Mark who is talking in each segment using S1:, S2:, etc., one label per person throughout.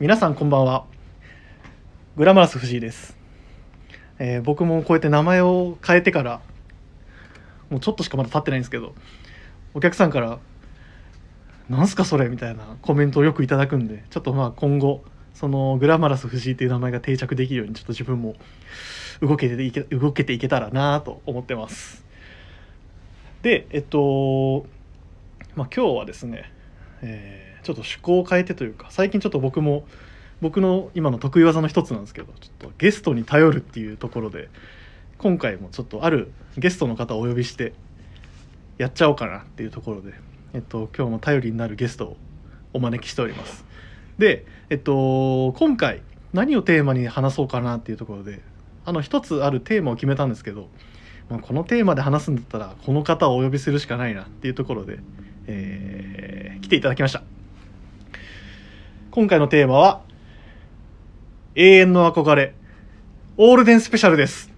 S1: 皆さんこんばんはグラマラス藤井です、えー僕もこうやって名前を変えてからもうちょっとしかまだ経ってないんですけどお客さんから「なんすかそれ」みたいなコメントをよくいただくんでちょっとまあ今後そのグラマラス藤井っていう名前が定着できるようにちょっと自分も動けていけ動けていけたらなと思ってますでえっとまあ今日はですねえーちょっと趣向を変えてというか最近ちょっと僕も僕の今の得意技の一つなんですけどちょっとゲストに頼るっていうところで今回もちょっとあるゲストの方をお呼びしてやっちゃおうかなっていうところで、えっと、今日も頼りになるゲストをお招きしておりますで、えっと、今回何をテーマに話そうかなっていうところであの一つあるテーマを決めたんですけど、まあ、このテーマで話すんだったらこの方をお呼びするしかないなっていうところでえー来ていただきました今回のテーマは「永遠の憧れオールデンスペシャル」です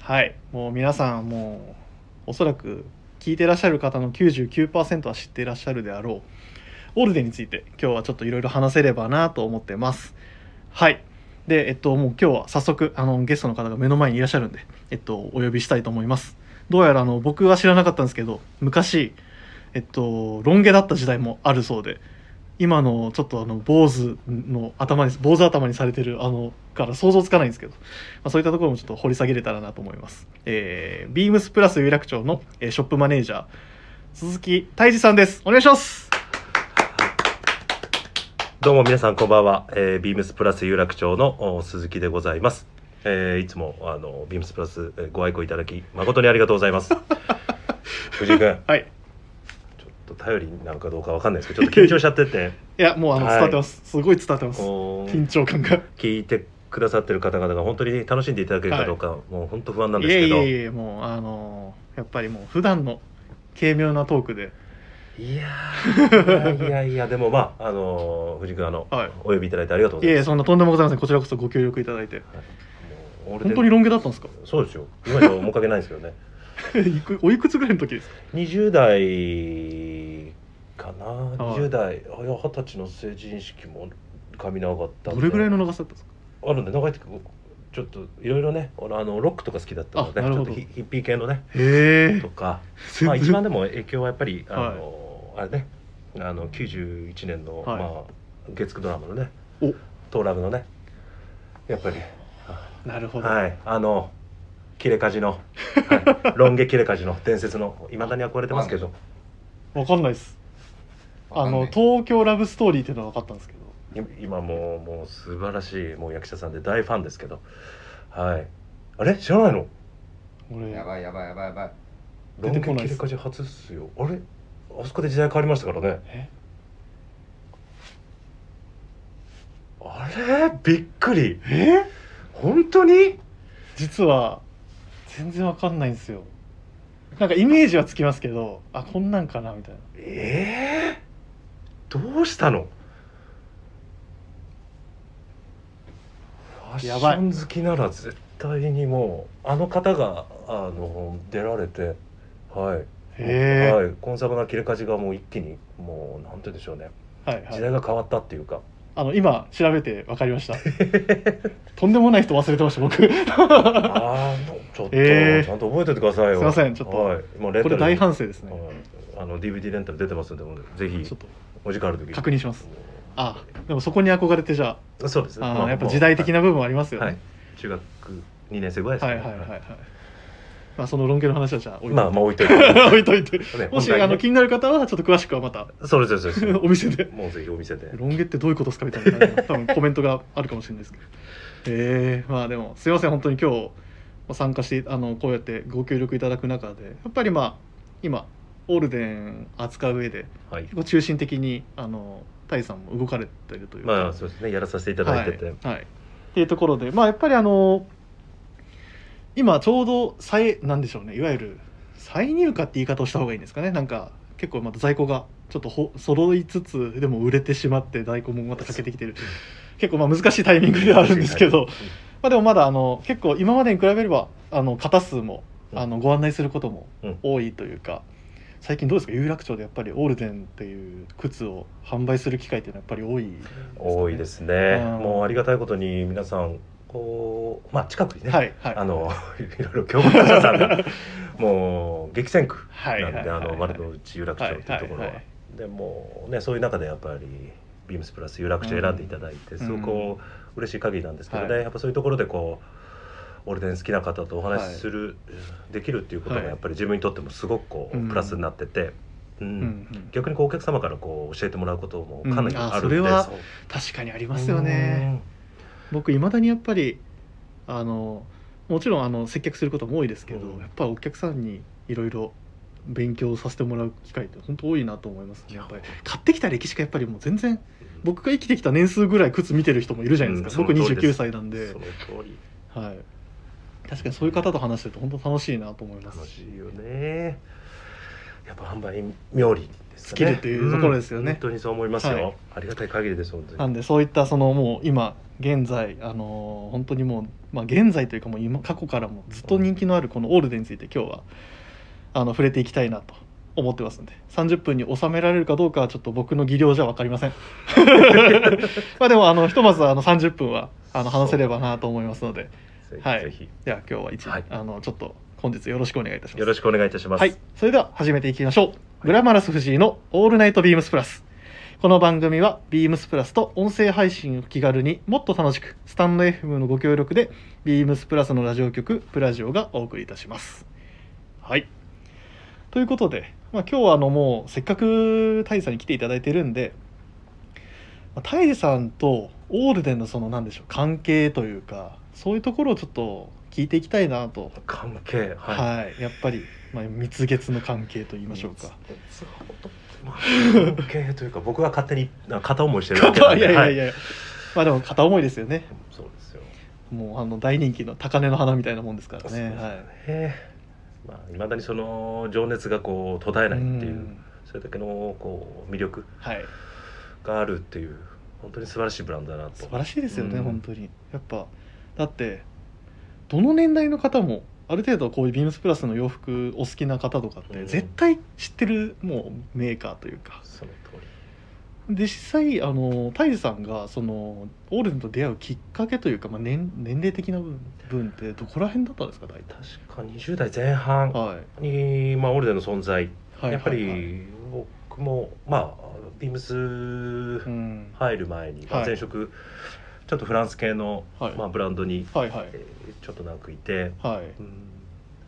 S1: はいもう皆さんもうおそらく聞いてらっしゃる方の99%は知っていらっしゃるであろうオールデンについて今日はちょっといろいろ話せればなと思ってますはいで、えっと、もう今日は早速、あの、ゲストの方が目の前にいらっしゃるんで、えっと、お呼びしたいと思います。どうやら、あの、僕は知らなかったんですけど、昔、えっと、ロン毛だった時代もあるそうで、今のちょっとあの、坊主の頭に、坊主頭にされてる、あの、から想像つかないんですけど、まあ、そういったところもちょっと掘り下げれたらなと思います。えー、ビームスプラス有楽町の、えーショップマネージャー、鈴木泰治さんです。お願いします。
S2: どうも皆さんこんばんは、えー、ビームスプラス有楽町のお鈴木でございます、えー、いつもあのビームスプラスえーご愛顧いただき誠にありがとうございます 藤井君
S1: はい。
S2: ちょっと頼りになるかどうかわかんないですけどちょっと緊張しちゃってて
S1: いや、もうあの、
S2: はい
S1: 伝わってます。すごい伝わってます。
S2: こう
S1: 緊張感が。
S2: 聞いてくださってる方々が本当に楽しんでいただけるかどうか、もう本当不安なんです
S1: い
S2: けど
S1: やいやいやもうあのーやっぱりもう普段の軽妙なトークで
S2: いやーいやいやいやでもまああのー藤井君あの、
S1: はい
S2: お呼びいただいてありがとうご
S1: い
S2: ざ
S1: やい
S2: いま
S1: や
S2: す
S1: そんなとんでもございませんこちらこそご協力いただいて
S2: もう俺
S1: 本
S2: で
S1: 当にロン毛だったんですか
S2: そうですよ今じゃ面影ないですけどね
S1: いくおいくつぐらいの時ですか
S2: 20代かな、
S1: はい
S2: 20代あいや二十歳の成人式も髪長かったん
S1: ど
S2: で
S1: れぐらいの長さだったんですか
S2: あるんで長いってちょっといろいろね俺あのロックとか好きだったので
S1: あ
S2: ち
S1: なるほ
S2: ょっ
S1: ど
S2: とヒヒッピー系 のね
S1: へ
S2: とか、
S1: え、
S2: まあ、一番
S1: で
S2: でも影響はやっぱりあの、あれねあの91年の、
S1: はい
S2: まあ、月9ドラマのね
S1: お
S2: 「トーラブ」のねやっぱり
S1: なるほど、
S2: はいあの切れ舵の、はい、ロン毛切れ舵の伝説のいまだに憧れてますけど
S1: わかんないですあの
S3: わかんない
S1: 東京ラブストーリーっていうのは分かったんですけど
S2: い今もうもう素晴らしいもう役者さんで大ファンですけどはいあれ知らないの
S1: 俺
S3: やばいやばいやばいやばい。
S1: 出
S2: ロ
S1: て
S2: ン
S1: こ
S2: 毛
S1: ないで
S2: 切れ
S1: す
S2: かじ初っすよあれあそこで時代変わりましたからね
S1: え
S2: あれびっくり
S1: え
S2: 本当に
S1: 実は全然わかんないんですよなんかイメージはつきますけどあこんなんかなみたいな
S2: ええどうしたのファッシ
S1: やばい
S2: ョン好きなら絶対にもうあの方があの出られてはい
S1: へえ
S2: はい、コンサバの切れ端がもう一気にもうなんて言うんでしょうね
S1: はいはい
S2: 時代が変わったっていうか、
S1: あの今調べて分かりました とんでもない人忘れてました僕
S2: ああちょっと、
S1: えー
S2: ちゃんと覚えておいてくださいよ
S1: すいませんちょっと
S2: はい、もうレン
S1: こ
S2: タ
S1: れ
S2: ル
S1: 大反省ですね
S2: はいあの DVD レンタル出てますんでもう
S1: ち
S2: ぜひ
S1: ょっと
S2: お時間ある時
S1: 確認しますあでもそこに憧れてじゃ
S2: そうです
S1: ああーやっぱ時代的な部分はあります
S2: 分
S1: よ
S2: はい、
S1: ね、
S2: 中学2年生ぐらいです
S1: はい、
S2: ね
S1: はいはいはいまあその論件の話はじゃあ置いといて、
S2: まあまあ置いと い
S1: 置いと
S2: て
S1: いて
S2: ね
S1: もし、
S2: 本
S1: あ
S2: 題ね
S1: の気になる方はちょっと詳しくはまた
S2: そうですそうですそう
S1: お
S2: で
S1: 店です
S2: もうぜひお店で
S1: 論件ってどういうことですかみたいな多分コメントがあるかもしれないですけどえー、まあでもすいません本当に今日参加してあのこうやってご協力いただく中でやっぱりまあ今オールデン扱う上で
S2: はい
S1: 結構中心的にあのタイさんも動かれてるというか、
S2: まあそうですねやらさせていただいてて、
S1: はいはいっていうところでまあやっぱりあの今ちょうど再なんでしょうねいわゆる再入荷って言い方をした方がいいんですかねなんか結構また在庫がちょっとほ揃いつつでも売れてしまって在庫もまた欠けてきてる結構まあ難しいタイミングではあるんですけど、まあ、でもまだあの結構今までに比べればあの型数も
S2: うん
S1: あのご案内することも
S2: うん
S1: 多いというか、最近どうですか有楽町でやっぱりオールデンっていう靴を販売する機会っていうのはやっぱり多いですかね、
S2: 多いですね、
S1: うん
S2: もうありがたいことに皆さんこうまあ近くにね、
S1: はいはい
S2: あのいろいろ競合者さん がもう激戦区
S1: はい
S2: な
S1: はい
S2: んであの丸の内有楽町っていうと
S1: は
S2: ころは、
S1: いはいはい
S2: でもうねそういう中でやっぱりビームスプラス有楽町選んでいただいて、
S1: ん
S2: すごくこう嬉しい限りなんですけどね、
S1: はい
S2: やっぱそういうところでこうオールデン好きな方とお話しする、できるっていうことが
S1: はい
S2: やっぱり自分にとってもすごくこう、
S1: うん
S2: プラスになってて、うん
S1: うんうん
S2: 逆にこうお客様からこう教えてもらうこともかなり
S1: うんあ
S2: あるんで、
S1: それは
S2: う
S1: 確かにありますよね。僕いまだにやっぱりあのもちろんあの接客することも多いですけど、
S2: うん
S1: やっぱりお客さんにいろいろ勉強させてもらう機会って本当多いなと思います、
S2: い
S1: ね、
S2: や
S1: やっぱり買ってきた歴史がやっぱりもう全然僕が生きてきた年数ぐらい靴見てる人もいるじゃないですか、
S2: うん
S1: 僕
S2: その通りで
S1: 29
S2: す
S1: 歳なんで
S2: その通り
S1: はい、確かにそういう方と話してると本当楽しいなと思いま
S2: 楽
S1: すし
S2: しいよねやっぱ販売妙利ですかね
S1: 尽きるというところですよね
S2: ん本当にそう思いますよ、
S1: はい
S2: ありがたい限りです本当
S1: なん
S2: に
S1: でそういったそのもう今現在あのー本当にもう、まあ、現在というかもう今過去からもずっと人気のあるこのオールデンについて今日はあの触れていきたいなと思ってますんで30分に収められるかどうかはちょっと僕の技量じゃ分かりま せんまあでもあのひとまずあの30分はあの話せればなと思いますので
S2: ぜひ
S1: はい
S2: ぜひ
S1: では今日は一、
S2: はい
S1: あのちょっと本日よろしくお願いいたします
S2: よろしくお願いいたします、
S1: はい、それでは始めていきましょう。グラマラス藤井のオールナイトビームスプラス。この番組はビームスプラスと音声配信を気軽にもっと楽しくスタンド FM のご協力でビームスプラスのラジオ局プラジオがお送りいたします。はい。ということで、まあ、今日はあのもうせっかくタイさんに来ていただいてるんで、まあタイさんとオールデンのそのなんでしょう関係というかそういうところをちょっと聞いていきたいなと
S2: 関係はい、
S1: はい、やっぱり、まあ、蜜月の関係と言いましょうか。
S2: そうまあ関係というか僕は勝手になんか片思いしてるだけなん
S1: い
S2: で
S1: やいや
S2: はい
S1: いや、まあでも片思いですよね。
S2: そうですよ
S1: もうあの大人気の高嶺の花みたいなもんですから
S2: そうです
S1: ね。
S2: ね
S1: はい。
S2: まあ、未だにその情熱がこう途絶えないっていう、
S1: ん
S2: それだけのこう魅力
S1: はい。
S2: があるっていう本当に素晴らしいブランドだなと
S1: 素晴らしいですよね、
S2: うん
S1: 本当に。やっぱだってどの年代の方もある程度こういうビームスプラスの洋服お好きな方とかっ
S2: う
S1: て
S2: ん
S1: 絶対知ってるもうメーカーというか。
S2: その通り
S1: で実際あのタイジさんがそのオールデンと出会うきっかけというか、まあ、年年齢的な部分ってどこら辺だったんですか大体。
S2: 確か20代前半
S1: はい。
S2: に、まあ、オールデンの存在、
S1: はい
S2: やっぱ
S1: はいはい
S2: り僕もまあビームス
S1: うん
S2: 入る前に、
S1: はい
S2: 前職ちょっとフランス系の、
S1: はい
S2: まあ、ブランドに、
S1: はいはい
S2: えーちょっと長くいて、
S1: はい
S2: うん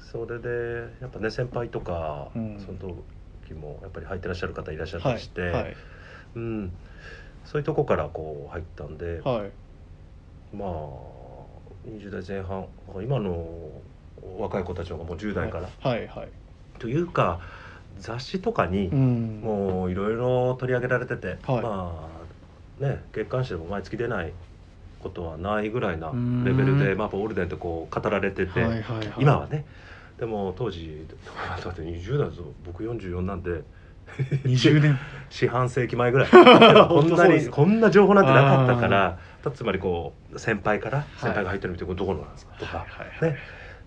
S2: それでやっぱね先輩とか、
S1: うん
S2: その時もやっぱり入ってらっしゃる方いらっしゃった
S1: はい
S2: りして、
S1: はい
S2: うん、そういうとこからこう入ったんで、
S1: はい
S2: まあ20代前半今の若い子たちの方がもう10代から、
S1: はいはい
S2: というか雑誌とかに
S1: うん
S2: もういろいろ取り上げられてて、
S1: はい
S2: まあね月刊誌でも毎月出ないことはないぐらいな
S1: うん
S2: レベルで、まあ、やっぱオールデンってこう語られてて、
S1: はいはいはい
S2: 今はねでも当時だって20代だぞ僕44なんで
S1: 20年
S2: 四半世紀 前ぐらいこ
S1: 本
S2: ん
S1: 当
S2: な
S1: そうで
S2: に
S1: す
S2: こんな情報なんてなかったからだつまりこう先輩から先輩が入ってるみたいなどこのなんですかとか、
S1: はいはいはい
S2: ね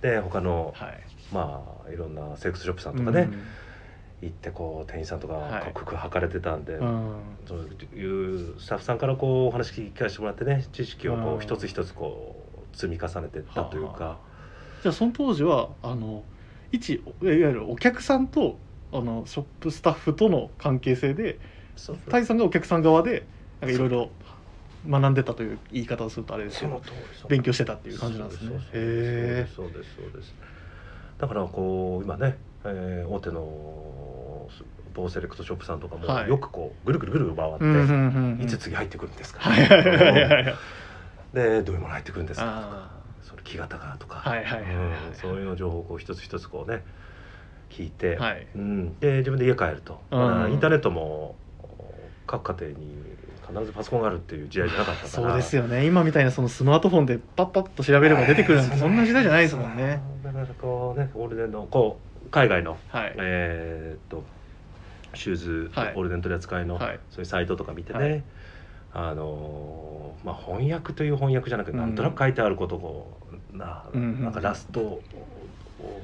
S2: で他の、
S1: はい
S2: まあいろんなセックスショップさんとかね、
S1: うん
S2: 行ってこう店員さんとか
S1: はい
S2: かっこよく履かれてたんで、
S1: うん
S2: そういうスタッフさんからこうお話聞かせてもらってね知識をこ
S1: うん
S2: う一つ一つこう積み重ねてったという
S1: は
S2: か
S1: じゃあその当時はあの一いわゆるお客さんとあのショップスタッフとの関係性で
S2: そう
S1: タイさんがお客さん側でなんかいろいろ学んでたという言い方をするとあれですけ
S2: その
S1: ど
S2: 通りそう
S1: 勉強してたっていう感じなんですね
S2: そうそう
S1: へえ
S2: そうですそうですそうですだからこう今ね、えー大手の某セレクトショップさんとかも
S1: はい
S2: よくこうぐるぐるぐるぐる回って、
S1: 5
S2: いつ次入ってくるんですか、
S1: はいはいはいはいはい
S2: でどういうもの入ってくるんですかとか
S1: あ
S2: それ木型がとか、
S1: はいはいはいはいはい
S2: うんそういうの情報をこう一つ一つこうね聞いて、
S1: ーはい
S2: うん、で自分で家帰ると、
S1: うん
S2: まあインターネットも各家庭に必ずパソコンがあるっていう時代じゃなかったか
S1: そ
S2: ら
S1: うですよね今みたいなそのスマートフォンでパッパッと調べれば出てくるなんてそんな時代じゃないですもんね
S2: だからこうねオールデンのこう海外の
S1: はい
S2: えーっとシューズ、
S1: はい
S2: オールデン取り扱いの、
S1: はい
S2: そういうサイトとか見てね、
S1: はい
S2: あのーまあ翻訳という翻訳じゃなくて、
S1: うん
S2: なんとなく書いてあることをこうな
S1: うんうん
S2: なんかラストこ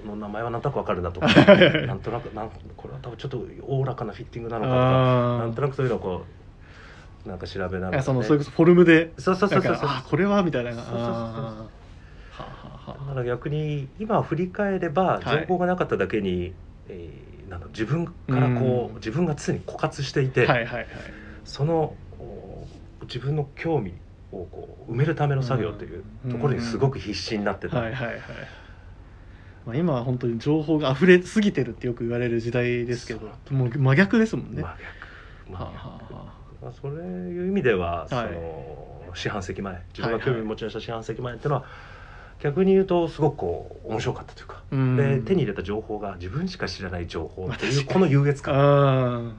S2: の名前はなんとなくわかるなとかなんとなくなんこれは多分ちょっとおおらかなフィッティングなのかとかな
S1: あ
S2: んとなくそういうのをこうなんか調べながら、
S1: あ
S2: ね、
S1: そのそれこそフォルムで
S2: そうそうそ
S1: な
S2: うんそう
S1: か
S2: そう
S1: あこれはみたいなあー
S2: そう
S1: はあ
S2: そうそうそう
S1: はあ
S2: だ
S1: は
S2: から逆に今振り返れ
S1: は
S2: ば
S1: い
S2: 情報がなかっただけに、えーなんだ自分からこ
S1: う
S2: う、
S1: ん
S2: 自分が常に枯渇して
S1: あ
S2: いて、
S1: はいはいはい
S2: そのお自分の興味をこう埋めるための作業というところにすごく必死になってた、
S1: はいはいはい、まあ、今は本当に情報が溢れすぎてるってよく言われる時代ですけど
S2: そう
S1: もう真逆ですもんね、
S2: 真逆
S1: はあはあ
S2: 真
S1: はあ
S2: 逆まあそういう意味では、
S1: い
S2: その四半世紀前自分が興味を持ち出した四半世紀前っていうのは、逆に言うとすごくこう面白かったという
S1: うん
S2: か。で手に入れた情報が自分しか知らない情報って
S1: まあ
S2: い
S1: 確
S2: う
S1: かに
S2: この優越感
S1: うん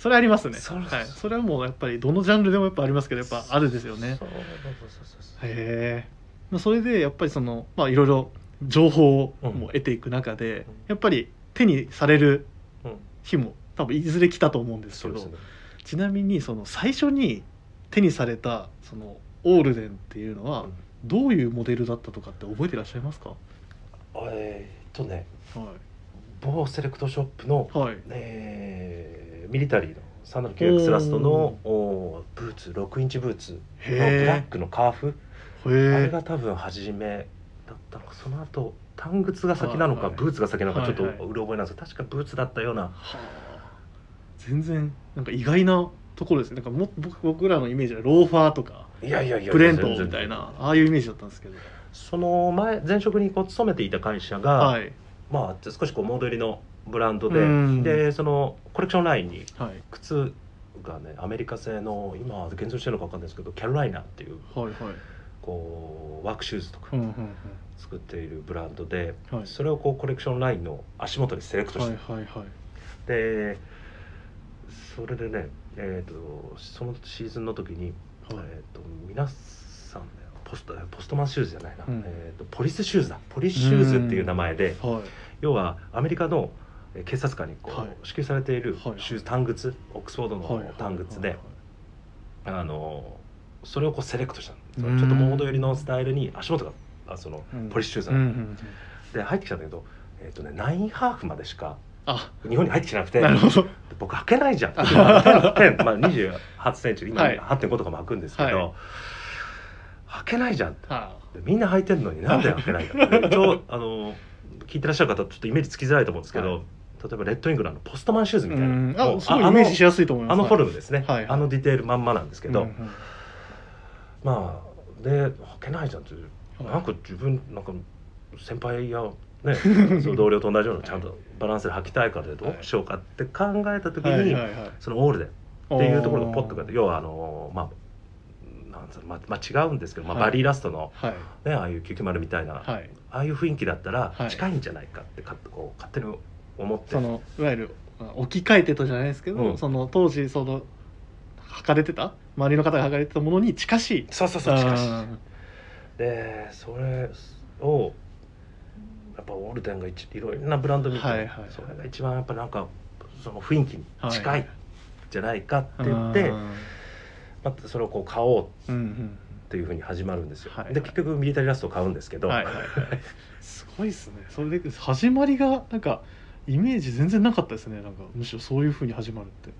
S1: それありますね
S2: そうそうそう
S1: はい、それはもうやっぱりどのジャンルでもやっぱありますけどやっぱあるですよね
S2: そうそうそうそう
S1: へえまあそれでやっぱりそのまあいろいろ情報を
S2: うん
S1: もう得ていく中で、
S2: うん
S1: やっぱり手にされる
S2: そううん
S1: 日も多分いずれ来たと思うんです
S2: そ
S1: け
S2: う
S1: ど
S2: ですね
S1: ちなみにその最初に手にされたそのオールデンっていうのは
S2: うん
S1: どういうモデルだったとかって覚えてらっしゃいますか
S2: えーっとね
S1: は
S2: 某セレクトショップの
S1: い、はい、
S2: えーミリタリーの309 X ラストのおーブーツ6インチブーツのブ
S1: へー
S2: ラックのカーフ
S1: へ
S2: あれ
S1: え
S2: が多分初めだったのかその後短靴が先なの
S1: は
S2: か
S1: いはい
S2: ブーツが先なのかちょっと
S1: はいはいう
S2: ろ覚えなんですけど確かブーツだったような
S1: はあ全然なんか意外なところですねなんかも僕僕らのイメージはローファーとか
S2: いやいやいや
S1: プレント
S2: 全然
S1: みたいなああいうイメージだったんですけど
S2: その前前職にこう勤めていた会社が、
S1: はい
S2: まあ、少しこうモード入りのブランドで、
S1: うん
S2: でそのコレクションラインに
S1: はい
S2: 靴がねアメリカ製の今現存してるのか分かんないですけどキャロライナっていう
S1: はいはい
S2: こうワークシューズとか
S1: うんうん
S2: 作っているブランドで、
S1: うんはい
S2: それをこうコレクションラインの足元にセレクトし
S1: は
S2: て、
S1: いはいはい
S2: でそれでね、えー、とそのシーズンの時
S1: は
S2: に、
S1: い
S2: えー、と皆さんねポストポストマンシューズじゃないな、
S1: うん
S2: えー、とポリスシューズだポリスシューズっていう名前で。
S1: はい
S2: 要はアメリカのえー警察官にこう、
S1: はい
S2: 支給されている
S1: はいはい
S2: シューズ単靴オックスフォード
S1: はいはい
S2: の単靴で、あのそれをこうセレクトしたの
S1: うん
S2: ちょっとモード寄りのスタイルに足元があその
S1: うん
S2: ポリッシュシューズ
S1: う
S2: なん
S1: う
S2: の
S1: んうん
S2: で入ってきたんだけど、えっとね、ナインハーフまでしか
S1: あ
S2: 日本に入ってきてなくて
S1: なるほ ど
S2: 僕履けないじゃん
S1: あ
S2: ペン、まあ、28センチ今
S1: はい
S2: 8.5とかも履くんですけど、
S1: は
S2: 履けないじゃんって
S1: は
S2: でみんな履いてるのになんで履けないんだって一応 あの聞いてらっしゃる方ちょっとイメージつきづらいと思うんですけど、
S1: は
S2: 例えばレッドイングランドのポストマンシューズ
S1: あ
S2: みたいな
S1: うん
S2: もう
S1: あすごい
S2: あ
S1: イメージし
S2: あ
S1: やすいと思いま
S2: の
S1: す
S2: あのフォ
S1: ル
S2: ルムですね、
S1: はいはい
S2: あのディテールまんまなんですけど、
S1: は
S2: まあで履けないじゃんってなんか自分なんか先輩や、 ね、その同僚と同じようなちゃんとバランスで履きたいからでどうしようかって考えた時に、
S1: いはいはい
S2: そのオールデンっていうところがポッとかって要はあのまあなんつうのまあまあ違うんですけど、まあ、
S1: はい
S2: バリーラストの、
S1: はい
S2: ねああいう990みたいな、
S1: はい
S2: ああいう雰囲気だったら
S1: はい
S2: 近いんじゃないかってかこう勝手に思って
S1: そのいわゆるまあ置き換えてとじゃないですけど、
S2: うん
S1: その当時その履かれてた周りの方が履かれてたものに近しい
S2: そうそうそう近しい
S1: あ
S2: でそれをやっぱオールデンが一いろいろなブランド見て、
S1: はいはいはい
S2: それが一番やっぱなんかその雰囲気に近
S1: はいい
S2: じゃないかっ
S1: ー
S2: て言って、
S1: あ
S2: またそれをこう買おう
S1: ーうんうん
S2: っていうふうに始まるんですよ、
S1: はいはい
S2: で結局ミリタリーラストを買うんですけど、
S1: はいはいはいすごいですねそれで始まりがなんかイメージ全然なかったですねなんかむしろそういうふうに始まるって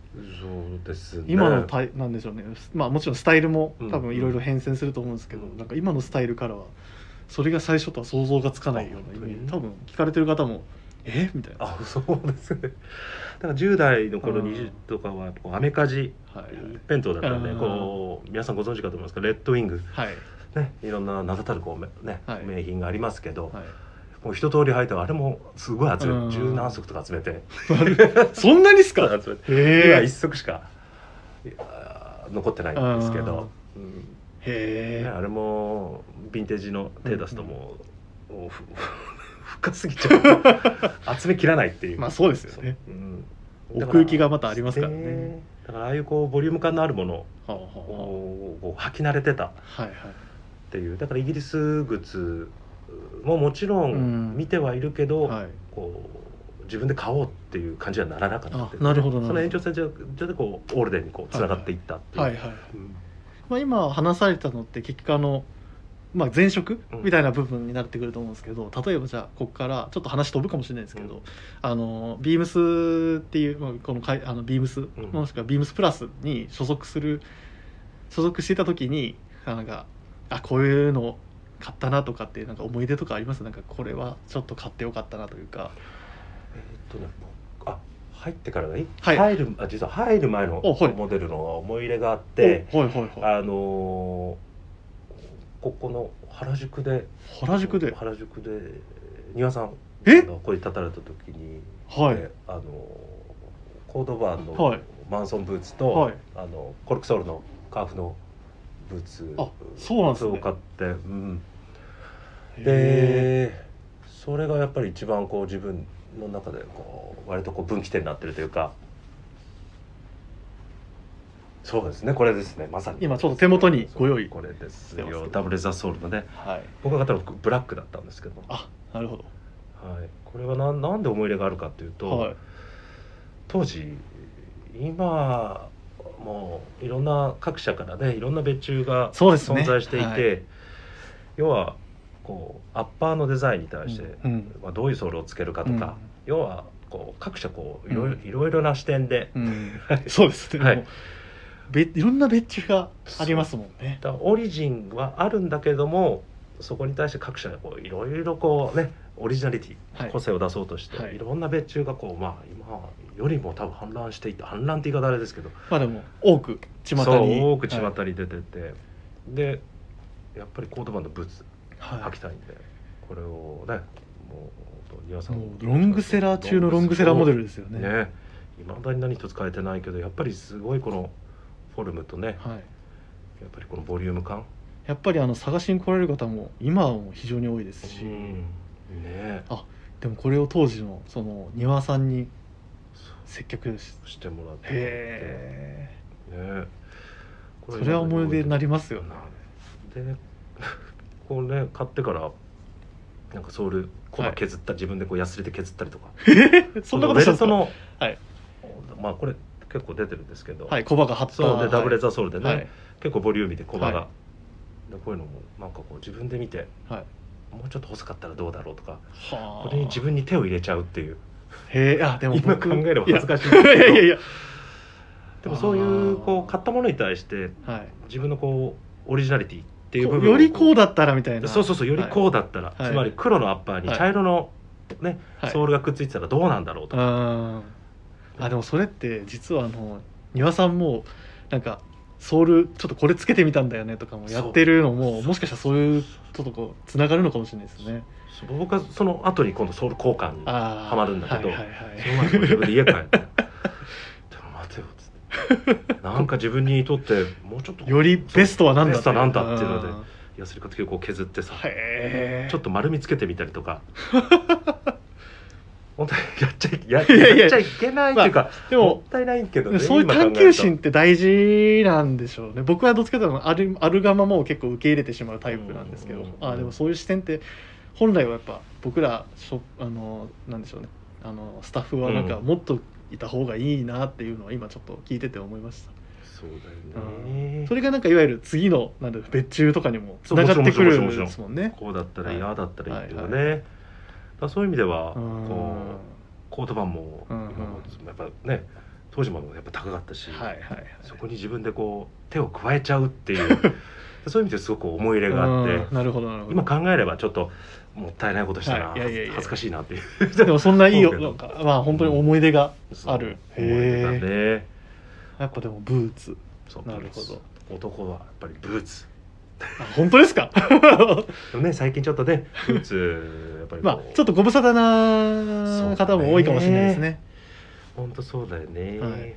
S2: そうですね
S1: 今のタイなんでしょうねまあもちろんスタイルも
S2: うん
S1: 多分いろいろ変遷すると思うんですけど、
S2: うん
S1: なんか今のスタイルからはそれが最初とは想像がつかないようなイメージ
S2: あ
S1: 多分聞かれてる方もえみたいな
S2: あそうですねだから10代の
S1: う
S2: 頃
S1: ん
S2: 20とかはこうアメカジ
S1: はい
S2: 一辺倒だったんで
S1: うん
S2: こう皆さんご存知かと思いますけどレッドウィング
S1: はい、はい
S2: ねいろんな名だたるこう、ね
S1: はい
S2: 名品がありますけど、
S1: はい
S2: もう一通り履いてあれもすごい集
S1: う
S2: め
S1: ん
S2: て十何足とか集めて
S1: そんなにっす
S2: 集
S1: か
S2: めて今
S1: へ
S2: 一
S1: ー
S2: 足しかいや残ってないんですけど、うん
S1: へ
S2: ね、
S1: ー
S2: あれもヴィンテージの手出すともう,、もうふ深すぎちゃ う集めきらないっていう
S1: まあそうですよね
S2: そううん
S1: 奥行きがまたありますからね
S2: でだからああいうこうボリューム感のあるもの
S1: はあはあは
S2: をこう履き慣れてたっ
S1: あはいはい
S2: ていうだからイギリス靴ももちろ
S1: うんん
S2: 見てはいるけど、
S1: はい、
S2: こう自分で買おうっていう感じにはならなかったっていう
S1: あなるほどなるほど
S2: その延長線上でこうオールデンにこうつながっていったっていう、
S1: はいはい
S2: うん
S1: まあ、今話されたのって結局あのまあ、前職
S2: うん
S1: みたいな部分になってくると思うんですけど、例えばじゃあここからちょっと話飛ぶかもしれないですけど、
S2: うん
S1: あのビームスっていう、まあ、このかいあのビームス、
S2: ん
S1: もしくはビームスプラスに所属する所属していた時にあなんかあこういうの買ったなとかってなんか思い出とかありますなんかこれはちょっと買ってよかったなというか
S2: えーっとね僕あ入ってからがいい、
S1: はい
S2: 入るあ実は入る前の
S1: おはい
S2: モデルの思い入れがあって、
S1: おはいはいはい
S2: あのーここの原宿で
S1: 原宿で
S2: 原宿で庭さん
S1: え
S2: がこれ立たれた時に、
S1: はい
S2: であのーコードバン
S1: は
S2: の
S1: い
S2: マンソンブーツと、
S1: はい
S2: あのコルクソールのカーフのブーツ
S1: あそうなんですね
S2: を買って、うん、
S1: へ
S2: でそれがやっぱり一番こう自分の中でこう割とこう分岐点になってるというかそうですねこれですねまさに
S1: 今ちょっと手元にご用意
S2: そうこれです
S1: してますけ
S2: よ
S1: ど
S2: ダブルザソールのね
S1: ーはい
S2: 僕が買ったのはブラックだったんですけど、はい、
S1: あなるほ
S2: これはなんなんで思い入れがあるかというと、
S1: どはい
S2: 当時今もういろんな各社からねいろんな別注が
S1: そうですね
S2: 存在していて、
S1: はい
S2: 要はこうアッパーのデザインに対して、
S1: うん
S2: まあ、どういうソールをつけるかとか、要はこう各社こういろいろ,、
S1: うん
S2: いろいろな視点で、
S1: うんうんそうですね、
S2: はい
S1: もうべいろんな別注がありますもんね
S2: だからオリジンはあるんだけれどもそこに対して各社がこういろいろこうねオリジナリティ、
S1: はい
S2: 個性を出そうとして、
S1: はい
S2: い、ろんな別注がこうまあ今よりも多分氾濫していて氾濫って言い方あれですけど
S1: まあでも多く巷に
S2: そう多く巷
S1: はい
S2: に出てて、でやっぱりコードバンドブーツ
S1: は
S2: 履
S1: い
S2: きたいんで、これをねもう本当庭さん
S1: もうロングセラー中のロングセラーモデルですよね
S2: ねいまだに何一つ変えてないけどやっぱりすごいこのフォルムとね
S1: はい、
S2: やっぱりこのボリューム感
S1: やっぱりあの探しに来られる方も今はもう非常に多いですし、
S2: ね
S1: あでもこれを当時のその庭さんに接客し
S2: してもらって
S1: へ
S2: ね
S1: えそれは思い出になり
S2: ま
S1: ますよね
S2: で こうね買ってからなんかソールコバ削った、自分でこうヤスリで削ったりとか
S1: そんなことしたんです
S2: そ
S1: か
S2: の
S1: はい
S2: まあこれ結構出てるんですけど、
S1: はい小バが貼った
S2: そうでダブルレ
S1: ズ
S2: ザーソールでね、
S1: はい
S2: 結構ボリューミーでコバが、
S1: は
S2: でこういうのもなんかこう自分で見て
S1: はい
S2: もうちょっと細かったらどうだろうとか
S1: はあ
S2: これに自分に手を入れちゃうっていう
S1: へえあでも
S2: 今
S1: 僕
S2: 考えれば恥ずかしいん
S1: い
S2: です
S1: や
S2: け
S1: い
S2: ど
S1: やいやいや
S2: でもそういう
S1: あー
S2: こう買ったものに対して
S1: はい
S2: 自分のこうオリジナリティっていう
S1: こ
S2: 部
S1: う
S2: 分を
S1: よりこうだったらみたいな
S2: そうそうそうよりこうだったら、
S1: はい
S2: つまり黒のアッパーに
S1: はい
S2: 茶色の、ね
S1: はい
S2: ソールがくっついてたらどうなんだろうとか、
S1: あーあでもそれって実はあの庭さんもなんかソールちょっとこれつけてみたんだよねとかもやってるのも
S2: そう
S1: もしかしたらそういうととこうつながるのかもしれないですね。
S2: そう僕はその後に今度ソール交換にそ
S1: あー
S2: ハマるんだけど
S1: はいはい
S2: の前にこう自分で家帰っ て「でも待てよ」っつってなんか自分にとってもうちょっと
S1: はい、よりベストは何だ
S2: ベストは何だっていうので
S1: あ
S2: ヤスリかけをこう削ってさ、
S1: ーへえ
S2: ちょっと丸みつけてみたりと か本当にやっちゃいや
S1: いやいや
S2: やっちゃいけないっていうか、
S1: で
S2: も
S1: も
S2: ったいないけどね
S1: そういう
S2: 今考え
S1: 探
S2: ると
S1: 求心って大事なんでしょうね僕はどっちかというとあるあるがままを結構受け入れてしまうタイプなんですけ
S2: う
S1: ど
S2: んうんうん
S1: あでもそういう視点って本来はやっぱ僕らしょあのなんでしょうねあのスタッフはなんか
S2: うん
S1: もっといた方がいいなっていうのは今ちょっと聞いてて思いました、
S2: そうだよね
S1: それがなんかいわゆる次のなんだろう別注とかにもつながってくるんですもんね
S2: こうだったら
S1: はい
S2: 嫌だったらいいっていうのね、
S1: は
S2: だからそういう意味では
S1: うん
S2: こうコートバンも
S1: うんうん
S2: 今もやっぱね当時もやっぱ高かったし、
S1: はいはいはい
S2: そこに自分でこう手を加えちゃうっていう そういう意味ですごく思い入れがあって。
S1: うんなるほどなるほど
S2: 今考えればちょっともったいないことしたな、
S1: はいいやいやいや
S2: 恥ずかしいなっていう
S1: でもそんないいよ
S2: そう
S1: なん
S2: け
S1: かまあ本当に思い出がある
S2: そう思い出だね
S1: やっぱでもブーツ
S2: そう
S1: なるほど
S2: 男はやっぱりブーツ
S1: あ 本当ですか
S2: でもね最近ちょっ とねブーツやっぱりこ
S1: ま
S2: う
S1: あちょっとご無沙汰な方も多いかもしれないですね
S2: 本当そうだよね、
S1: はい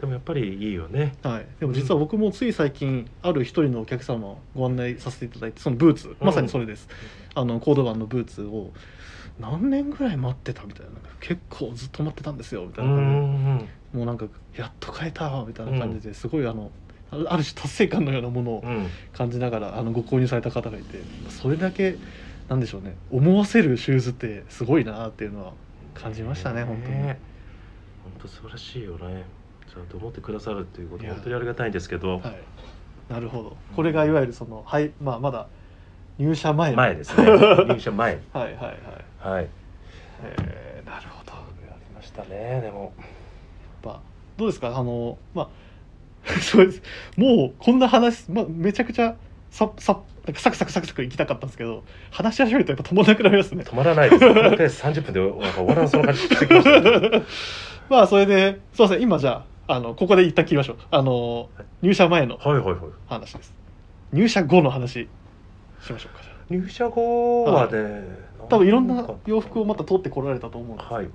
S2: でもやっぱりいいよね
S1: はい、でも実は僕もつい最近ある一人のお客様をご案内させていただいてそのブーツまさにそれです、あのコードバンのブーツを何年ぐらい待ってたみたいな結構ずっと待ってたんですよみた
S2: う
S1: い
S2: ん
S1: な
S2: う
S1: 感じで
S2: ん
S1: もうなんかやっと買えたみたいな感じですごいあのあるある種達成感のようなものを
S2: うん
S1: 感じながらあのご購入された方がいてそれだけなんでしょうね思わせるシューズってすごいなっていうのは感じましたね本当に
S2: ね本当素晴らしいよねそうと思ってくださるっていうこと
S1: いや
S2: 本当にありがたいんですけど、
S1: はい、なるほどこれがいわゆるその、はいまあ、まだ入社前
S2: 前ですね入社前
S1: はいはいはい
S2: はい
S1: えーなるほどや
S2: ありましたねでも
S1: っぱどうですかあのまあそうですもうこんな話、まあ、めちゃくちゃささなんかサクサクサクサク行きたかったんですけど話し始めるとやっぱ止まらなくなりますね
S2: 止まらないですねこのペース30分でなんか終わらなそうな感じしてきま したね
S1: まあそれでそうですね今じゃああのここで一旦切りましょうあの入社前の
S2: はいはいはい
S1: 話です入社後の話しましょうかじゃあ
S2: 入社後はね、
S1: 多分いろんな洋服をまた取ってこられたと思うんですけど、
S2: はい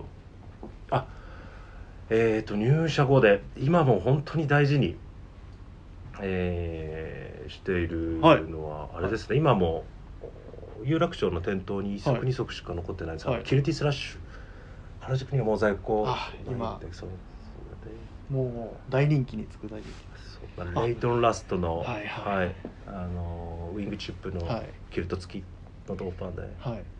S2: あえっ、と入社後で今も本当に大事に、えーしているのはあれですね、今も有楽町の店頭に一足二足しか残ってないんですが、
S1: はい
S2: キルティスラッシュ原宿にはもう在庫
S1: あ今
S2: ないんでそうそうで
S1: もう大人気につく大人
S2: そうまあレイトン・ラストの、
S1: はいはい
S2: あのウィングチップ
S1: 気
S2: の
S1: はい
S2: キルト付きのドーパンで、
S1: はい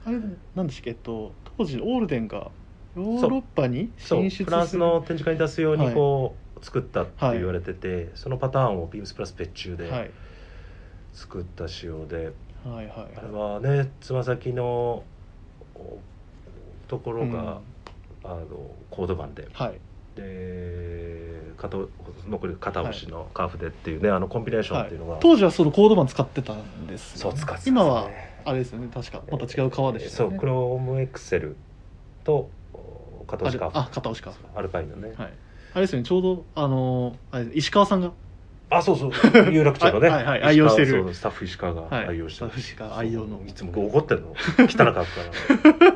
S1: あれなんでしたっけえっと当時オールデンがヨーロッパに
S2: そ
S1: 進
S2: う
S1: 出する
S2: フランスの展示会に出すよう
S1: は
S2: に
S1: い
S2: こう、作ったって言われてて、そのパターンをビームスプラス別注
S1: はいは
S2: で
S1: い
S2: 作った仕様で、
S1: はいは
S2: あれ
S1: い
S2: はねつま先のおところが、あのコードバンで
S1: はい
S2: で片残り片押しのカーフでっていうね、あのコンビネーションっていうのが、
S1: 当時はそのコードマン使ってたんです
S2: そ
S1: よ
S2: う
S1: ね、
S2: 使ってたんですね
S1: 今はあれですよね確かまた違う革でしたよ
S2: そう
S1: ね
S2: クロームエクセルとお片
S1: あ
S2: 押し
S1: れ
S2: カーフ
S1: あ片押しかは
S2: アルパインのね、
S1: いあれですよねちょうどあのあれ石川さんが
S2: あ、そうそう、 有楽町のね、
S1: はいはいはい愛
S2: 石川
S1: 用してる
S2: そうスタッフ石川が
S1: はい
S2: 愛用して
S1: ス
S2: る。
S1: タッフ石川愛用の
S2: そういつも怒って んの。汚かっ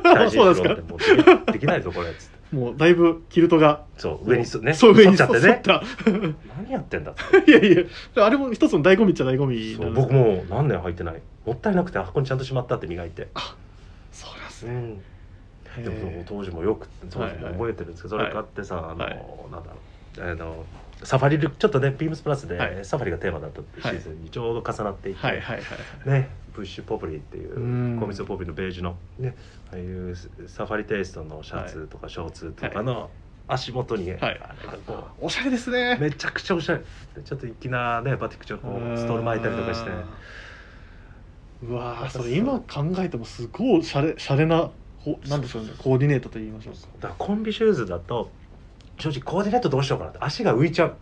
S2: たから。大事にしろってもうできないできないぞこれっつって。
S1: もうだいぶキルトが
S2: そう上にそね、
S1: そう上に
S2: 反っちゃってね。
S1: 反っ
S2: 何やってんだっつって
S1: た いやいやあれも一つの醍醐味っちゃ醍醐味
S2: そ
S1: な
S2: うん
S1: です
S2: 僕
S1: けど
S2: もう何年履いてない。もったいなくて箱にちゃんとしまったって磨いて。
S1: そうなんです
S2: う
S1: ね
S2: ん。
S1: へ
S2: でもそう
S1: ー
S2: 当時もよく当時も覚えてるんですけど、
S1: はいはい
S2: それ買ってさあの、
S1: はい
S2: なんだろうあのサファリルちょっとねビームスプラスで、
S1: はい
S2: サファリがテーマだったっていうシーズンにちょうど重なっていて、
S1: はいはいはい
S2: ね、ブッシュポプリっていう
S1: うん
S2: コミスポプリのベージュの、ね、ああいうサファリテイストのシャツとかショーツとかの足元に、
S1: はい
S2: あれがこ
S1: おしゃれです
S2: う
S1: ね
S2: めちゃくちゃおしゃれでちょっと粋な、ね、バティック調こうストール巻いたりとかして
S1: うわーそれ今考えてもすごいシャレシャレなこうなんでしょうねコーディネートと言いましょうか
S2: だからコンビシューズだと正直コーディネートどうしようかなって足が浮いちゃう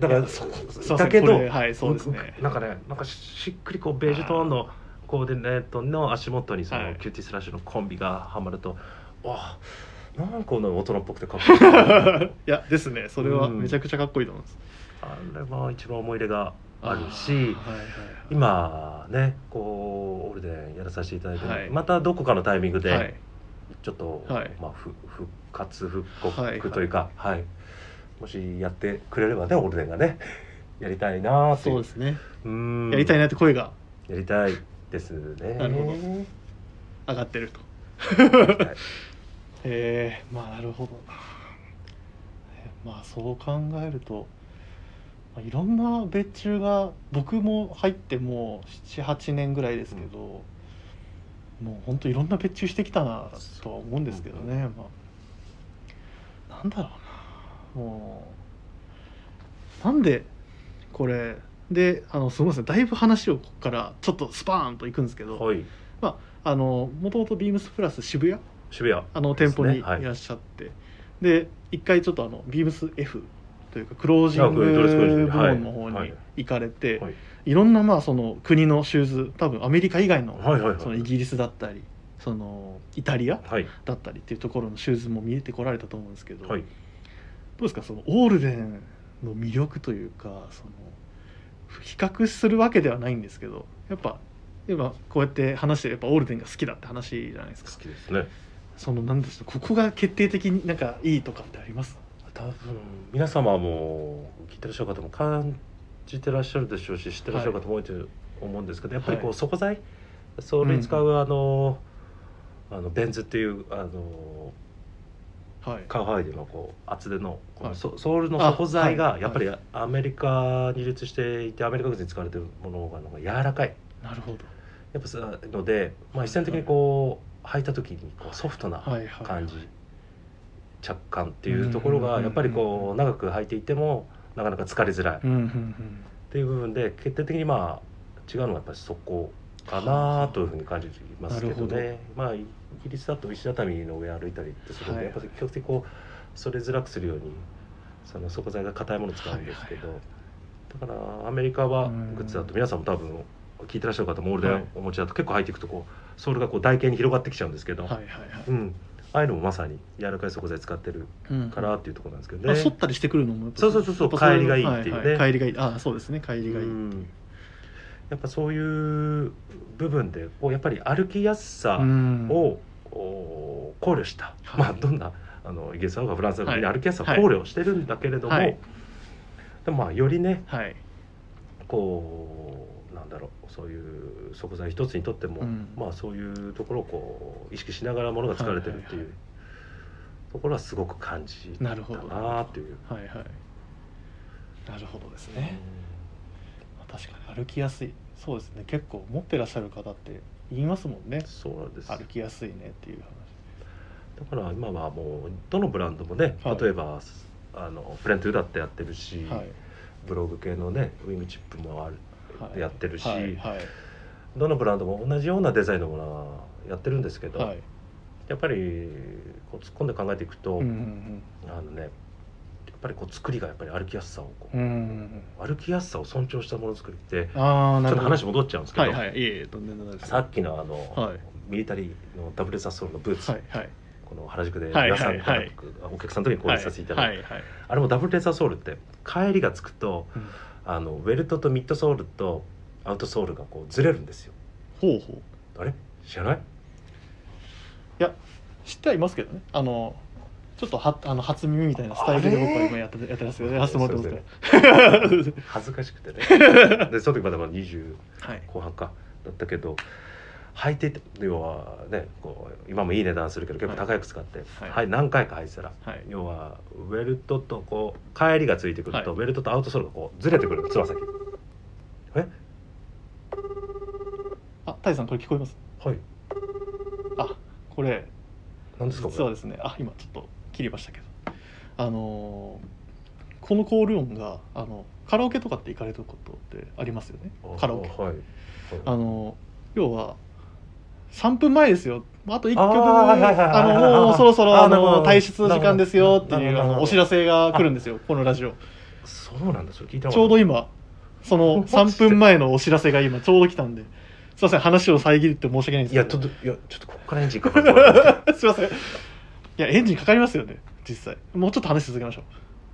S2: だから
S1: そうすいません
S2: だけど
S1: これはいそうですね
S2: なんかねなんかしっくりこうベージュトーンのコーディネートの足元にその、
S1: はい
S2: キューティースラッシュのコンビがはまるとわあなんかこの大人っぽくてかっこいいな
S1: いやですねそれは
S2: うん
S1: めちゃくちゃかっこいいと思います
S2: あれは一番思い入れがある
S1: あ
S2: し
S1: ーはいはいはい
S2: 今ねこうオールデンやらさせていただいて、
S1: はい
S2: またどこかのタイミング
S1: はい
S2: で、ちょっと、
S1: はい
S2: まあ、ふ復活復
S1: はいはい
S2: 刻というか、はいもしやってくれればねオールデンがね やりたいなってい
S1: そうですね、
S2: うん
S1: やりたいなって声が
S2: やりたいですね
S1: なるほど上がってると
S2: はい
S1: えー、まあなるほどなえーまあそう考えるとまあいろんな別注が僕も入ってもう78年ぐらいですけど、もうほんといろんな別注してきたなとは思うんですけどね、まあ、なんだろうなもうなんでこれであのすみませんだいぶ話をここからちょっとスパーンといくんですけ ど、
S2: はい
S1: あのもともとビームスプラス渋谷
S2: 渋谷
S1: あの店舗にい
S2: ですねはい
S1: らっしゃって、で一回ちょっとあのビームス F というかクロージン
S2: あこれドレスクロージン
S1: グ
S2: グ
S1: 部
S2: はい
S1: 門の方
S2: は
S1: に
S2: い
S1: 行かれて、
S2: はい
S1: い、ろんなまあその国のシューズ多分アメリカ以外の,、
S2: はいはいはい
S1: そのイギリスだったりそのイタリア
S2: はい
S1: だったりっていうところのシューズも見えてこられたと思うんですけど、
S2: はい
S1: どうですかそのオールデンの魅力というかその比較するわけではないんですけどやっぱ今こうやって話してやっぱオールデンが好きだって話じゃないです
S2: 好
S1: か。
S2: きですね
S1: そのなんですかここが決定的になんかいいとかってあります
S2: 多分皆様も聞いてらっしゃる方も感じてらっしゃるでしょうし知ってらっしゃる方も多いと思うんですけど、やっぱりこ
S1: は
S2: う
S1: い
S2: 底材それに使うあの,、あのベンズっていうあの
S1: はい
S2: カーファイデのこう厚手のこ
S1: は
S2: の
S1: い
S2: ソソールの底材
S1: あは
S2: が
S1: い
S2: やっぱりアメリカに流通していてアメリカ人に使われてるものがなんか柔らかい
S1: なるほど
S2: やっぱそういうので、まあ、一線的にこう履いた時にこうソフトな
S1: はいはい
S2: 感じ着感っていうところ
S1: う
S2: が
S1: ん
S2: やっぱりこう長く履いていてもなかなか疲れづらいっ
S1: うんうんうん
S2: ていう部分で決定的にまあ違うのはやっぱりそこかなというふうに感じていますけど
S1: なる
S2: ねまあイギリスだと石畳の上歩いたりってするん
S1: は
S2: で
S1: い
S2: やっぱり比較的こうそれづらくするようにその底材が硬いものを使うんですけど、
S1: はい
S2: だからアメリカは
S1: うん
S2: グッズだと皆さんも多分聞いてらっしゃる方もオール
S1: はい
S2: でお持ちだと結構入っていくとこうソールがこう台形に広がってきちゃうんですけど、
S1: はいはいはい
S2: うん、ああいうのもまさに柔らかい底材使ってる
S1: うん
S2: からっていうところなんですけど
S1: あ
S2: ね。
S1: 剃ったりしてくるのも
S2: そうそうそうそう
S1: やっぱれ
S2: 帰りがいいっていうね
S1: はは帰りがいいあそうですね帰りがいい、
S2: うんやっぱそういう部分でこうやっぱり歩きやすさ
S1: うん
S2: を、お考慮した、
S1: はい
S2: まあどんなあのイギリスだとかフランスだとかみんな歩きやすさを考
S1: はい
S2: 慮してるんだけれども、
S1: はい
S2: でもまあよりね
S1: はい、
S2: こうなんだろうそういう食材一つにとっても、
S1: うん
S2: まあそういうところをこう意識しながらものが作られてるっていう、
S1: はいはいは
S2: ところはすごく感じた
S1: なるほど
S2: なっていう。
S1: はいはいなるほどですね確かに歩きやすいそうですね結構持ってらっしゃる方って言いますもんね
S2: そうなんです
S1: 歩きやすいねっていう
S2: だから今はもうどのブランドもね、
S1: はい
S2: 例えばあのフレントゥーだってやってるし、
S1: 話はい
S2: ブログ系のねウィングチップもある
S1: はい
S2: やってるし
S1: はいはい
S2: どのブランドも同じようなデザインのものはやってるんですけど、
S1: はい
S2: やっぱりこう突っ込んで考えていくと、
S1: うんうん
S2: あのねやっぱりこう作りがやっぱり歩きやすさをこう
S1: うんうんうん
S2: 歩きやすさを尊重したものづくりって
S1: うんああ
S2: ちょ
S1: な
S2: っ
S1: るほ
S2: と
S1: ど
S2: 話戻っちゃうんですけど、
S1: はいはいいえいえとんでもないです
S2: さっきのあの、
S1: はい
S2: ミリタリーのダブルサッソールのブーツ、
S1: はいはい
S2: この原宿で
S1: はい
S2: 皆さんに
S1: はいはい
S2: お客さんの時に購入させていただいて、
S1: はいはいはい
S2: あれもダブルレザーソールって帰りがつくと
S1: うん
S2: あのウェルトとミッドソールとアウトソールがこうずれるんですよ
S1: ほうほう
S2: あれ知 らない
S1: 知ってはいますけどねあのちょっとはあの初耳みたいなスタイルで僕は今やってやってますけどやらせてもらってますか
S2: 恥ずかしくてねでその時まだまだ20
S1: らはい
S2: 後半かだったけど履いてて要はねこう今もいい値段するけど結構高い靴買って、
S1: はい
S2: はい、何回か履いてたら
S1: はい
S2: 要はウェルトとこう帰りがついてくると、
S1: は
S2: ウェルトとアウトソールがこうずれてくるのつま先え
S1: あタイさんこれ聞こえます
S2: はい
S1: あこれ
S2: 何ですか
S1: 実は
S2: こ
S1: ですねあ今ちょっと切りましたけどあのーこのコール音があのカラオケとかって行かれたことってありますよね
S2: れ
S1: カラオケ
S2: あはい、はい
S1: あの要は3分前ですよあと1曲
S2: あーはいはいはいはい
S1: あのもうそろそろ
S2: あー
S1: あ
S2: なるほ
S1: の
S2: ど
S1: 退出の時間ですよって
S2: なる
S1: い
S2: ほ
S1: う
S2: ど
S1: あ
S2: なるほ
S1: の
S2: ど
S1: お知らせが来るんですよこのラジオ
S2: そうなんだそれ聞いた
S1: ちょうど
S2: 今
S1: 今その3分前のお知らせが今ちょうど来たんですいません話を遮って申し訳ないんですけど
S2: いやちょっといやちょっとここからエンジンかかると思うんです
S1: すいませんいやエンジンかかりますよね実際もうちょっと話続けましょう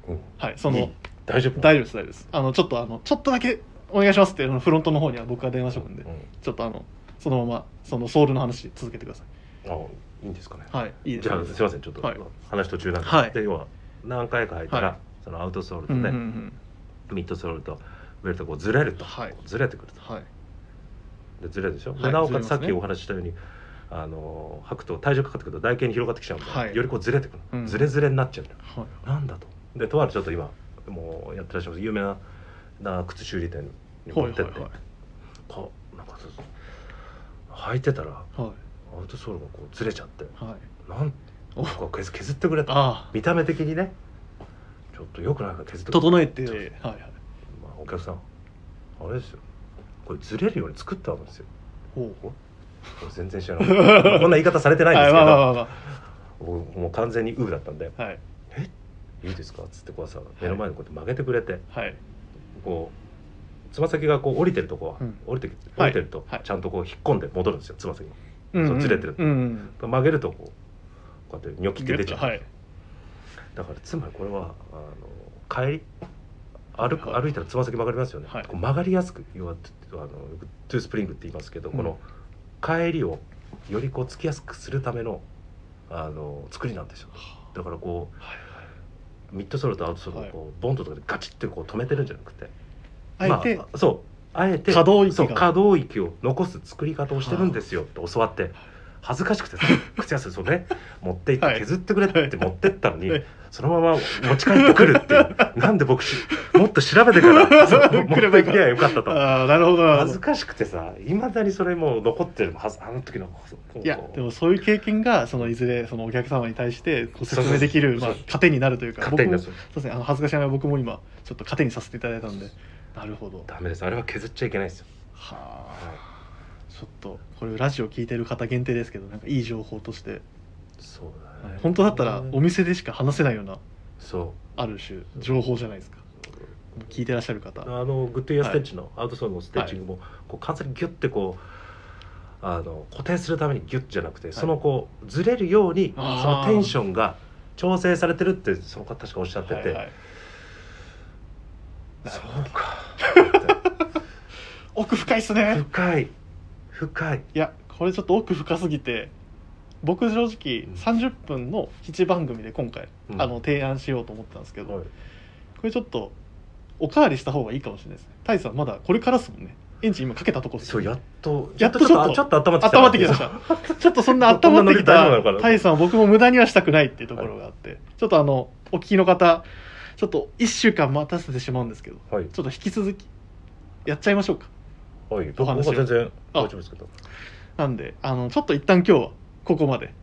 S2: けどうん
S1: はい そ
S2: い
S1: の
S2: い大丈夫
S1: 大丈夫です大丈夫ですあのちょっとあのちょっとだけお願いしますってあのフロントの方には僕が電話しとくんで、
S2: うん
S1: ちょっとあのそのままそのソウルの話続けてくださ
S2: あいいんですかね
S1: いはいいいです
S2: じゃあすいませんちょっと
S1: はい
S2: 話途中なんで、
S1: はい
S2: で要は何回か履いたら、
S1: はい
S2: そのアウトソールと
S1: うんうん
S2: ね、
S1: うん
S2: ミッドソールとウェルトがこうずれると、
S1: はい
S2: ずれてくると
S1: はい
S2: でずれるでしょ、で
S1: はい
S2: なおか
S1: ずれます
S2: つさ
S1: ね
S2: っきお話ししたようにあの履くと体重かかってくると台形に広がってきちゃうんで、
S1: はい
S2: よりこうずれてくる、
S1: うん
S2: ずれずれになっちゃうんだよ
S1: はい
S2: なんだとでとあるちょっと今もうやってらっしゃいます有名なな靴修理店に持
S1: は
S2: っ
S1: い
S2: てって、
S1: はい
S2: こうなんかそうそう履いてたら
S1: はい
S2: アウトソールがこうずれちゃって
S1: はい
S2: なん
S1: お
S2: とか削削ってくれた
S1: ああ
S2: 見た目的にねちょっとよくないから削ってくれ
S1: 整えて
S2: ちょっ
S1: はいはい
S2: とまあ、お客さんあれですよこれずれるように作ったんですよ
S1: ほう
S2: これ全然知らない まあこんな言い方されてないんですけど、
S1: はいまあまあまあ
S2: 僕もう完全にウーだったんで
S1: まあはい
S2: 「いいですか?」っつってこうさ目の前にこうやって曲げてくれて、
S1: はい
S2: こうつま先がこう降りてるとこは、
S1: うん
S2: 降りて
S1: は
S2: 降
S1: い
S2: りてると
S1: はい
S2: ちゃんとこう引っ込んで戻るんですよつま先に
S1: うん
S2: そうずれてる
S1: うんうん
S2: 曲げるとこうこうやってニョキって出ちゃう、
S1: はい
S2: だからつまりこれはあの帰り歩く
S1: はい
S2: 歩いたらつま先曲がりますよね、
S1: はい
S2: こう曲がりやすく要はあのよくトゥースプリングって言いますけど、
S1: うん
S2: この帰りをよりこうつきやすくするためのあの作りなんですよだからこう、ミッドソールとアウトソールをこう、ボンドとかでガチッてこう止めてるんじゃなくて
S1: あえて
S2: まあ、そうあえて
S1: 可動域が
S2: そう可動域を残す作り方をしてるんですよって教わって恥ずかし くてさ靴屋さんにそうね持って行っ
S1: は
S2: て
S1: い
S2: 削ってくれって持ってったのに、
S1: はい
S2: そのまま持ち帰ってくるっていう なんで僕しもっと調べてからそう持っ
S1: 来
S2: て
S1: ればい
S2: い
S1: い
S2: け
S1: か
S2: ばよかったと
S1: ああなるほどなる
S2: 恥
S1: ほ
S2: ず
S1: ど
S2: かしくてさいまだにそれもう残ってるはずあの時の
S1: いやでもそういう経験がそのいずれそのお客様に対してこう説明できる
S2: そうそうそう
S1: まあ糧になるというか
S2: 勝手にな
S1: 僕も
S2: そう
S1: そうですねあの恥ずかしながら僕も今ちょっと糧にさせていただいたんでなるほど
S2: ダメですあれは削っちゃいけないですよ
S1: はあちょっとこれラジオ聞いてる方限定ですけどなんかいい情報として
S2: そうだね
S1: 本当だったらお店でしか話せないような
S2: そ
S1: ある種情報じゃないですか聞いてらっしゃる方
S2: うあのグッドイヤーステッチのアウトソールのステッチングも、こう完全にギュッてこうあの固定するためにギュッじゃなくて、そのこうずれるようにそ
S1: あー
S2: のテンションが調整されてるってその方確かおっしゃってて、
S1: はいはい
S2: そうか
S1: 奥深いっすね
S2: 深い深い
S1: いやこれちょっと奥深すぎて僕正直
S2: うん
S1: 30分の7番組で今回、
S2: うん
S1: あの提案しようと思ったんですけど、
S2: はい
S1: これちょっとおかわりした方がいいかもしれないですね太一さんまだこれからっすもんねエンジン今かけたとこっす
S2: そうやっと
S1: やっと
S2: ちょっ
S1: ちょっと
S2: とち ょっと温まってきた
S1: 温まってきましたちょっとそんな温まってき
S2: こんなノリ大丈夫な
S1: た
S2: のかな
S1: 太一さんを僕も無駄にはしたくないっていうところがあって、ちょっとあのお聞きの方ちょっと1週間待たせてしまうんですけど
S2: はい
S1: ちょっと引き続きやっちゃいましょうか
S2: はい
S1: お話を
S2: 僕は全然
S1: あ
S2: 大丈夫ですけど
S1: なんであのちょっと一旦今日はここまで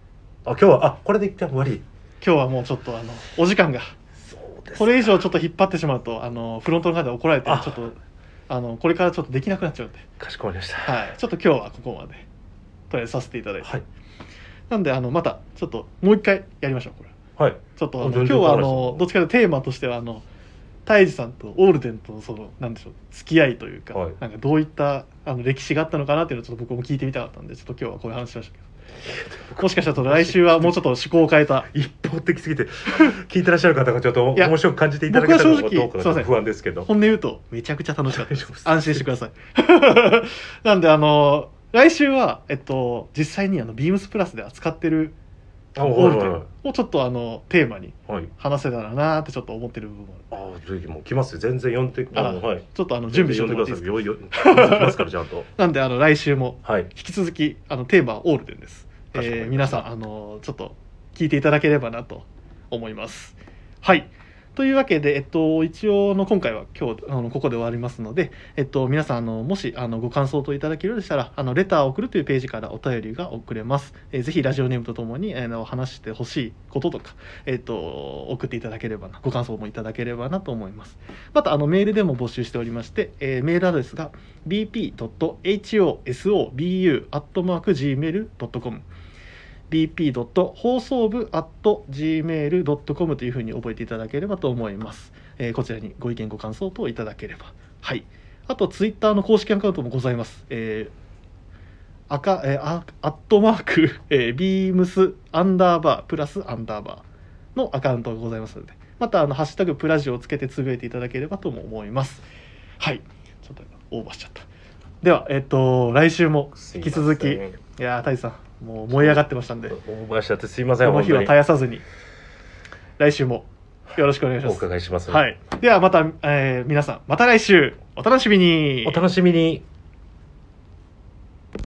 S2: あ今日はあこれで一回終わり
S1: 今日はもうちょっとあのお時間が
S2: そうで
S1: これ以上ちょっと引っ張ってしまうとあのフロントの方に怒られてちょっとあのこれからちょっとできなくなっちゃうんで、
S2: かしこまりました
S1: はい、ちょっと今日はここまでとりあえずさせていただいて、
S2: はい
S1: なんであのまたちょっともう一回やりましょうこれ
S2: はい
S1: ちょっとあの
S2: 全
S1: 今日
S2: 然
S1: はあ
S2: わ
S1: の
S2: かんないです
S1: どっちかというとテーマとしてはあの泰治さんとオールデンとのそのなんでしょう付き合いというか、
S2: はい
S1: なんかどういったあの歴史があったのかなっていうのをちょっと僕も聞いてみたかったんでちょっと今日はこういう話しましたけ どもしかしたらちょっと来週はもうちょっと趣向を変えた
S2: 一方的すぎて 聞いてらっしゃる方がちょっと
S1: いや
S2: 面白く感じていただけたの
S1: 僕
S2: か
S1: は正
S2: ど
S1: 直
S2: うかが
S1: すいま
S2: ちょっ
S1: せん
S2: と不安ですけど
S1: 本音言うとめちゃくちゃ楽しかったです
S2: 大丈夫です
S1: 安心してください なんであの来週は、えっと、実際にあのビームスプラスで扱ってる
S2: あ
S1: オー
S2: はい
S1: ル
S2: は
S1: デン
S2: い
S1: をちょっとあのテーマに
S2: はいはい
S1: 話せたらなーってちょっと思ってる部分もある
S2: あぜひもう来ますよ全然呼んで
S1: あ
S2: あのはい
S1: ちょっとあの準備して
S2: 呼
S1: おい
S2: ん
S1: て
S2: で
S1: も
S2: く
S1: ら
S2: だ
S1: っていいですか
S2: さいよよ呼んできますからちゃんと
S1: なんであの来週も
S2: はい
S1: 引き続きあのテーマはオールデンです、え
S2: かしこま
S1: ー
S2: りました
S1: 皆さんあのちょっと聞いていただければなと思いますはいというわけで、えっと、一応あの今回は今日あのここで終わりますので、えっと、皆さんあのもしあのご感想といただけるようでしたらあのレターを送るというページからお便りが送れます、えーぜひラジオネームとともに、えーあの話してほしいこととか、えっと、送っていただければなご感想もいただければなと思いますまたあのメールでも募集しておりまして、えーメールアドレスが bp.hosobu.gmail.com bp. 放送部 .gmail.com というふうに覚えていただければと思います、えーこちらにご意見ご感想等いただければはいあとツイッターの公式アカウントもございますえー赤えーあアットマーク、 えー、ビームスアンダーバープラスアンダーバーのアカウントがございますのでまたあのハッシュタグプラジオをつけてつぶやいていただければとも思いますはいちょっとオーバーしちゃったではえっと来週も引き続き
S2: すい
S1: い
S2: ま
S1: やー太一さんもう燃え上がってましたんで
S2: せんオーバーしちゃってすいません
S1: この
S2: 本
S1: 日は
S2: 当に
S1: 絶やさずに来週もよろしくお願いしま
S2: お
S1: す。
S2: 伺いします
S1: はい、ではまた、えー皆さんまた来週お楽しみに
S2: お楽しみに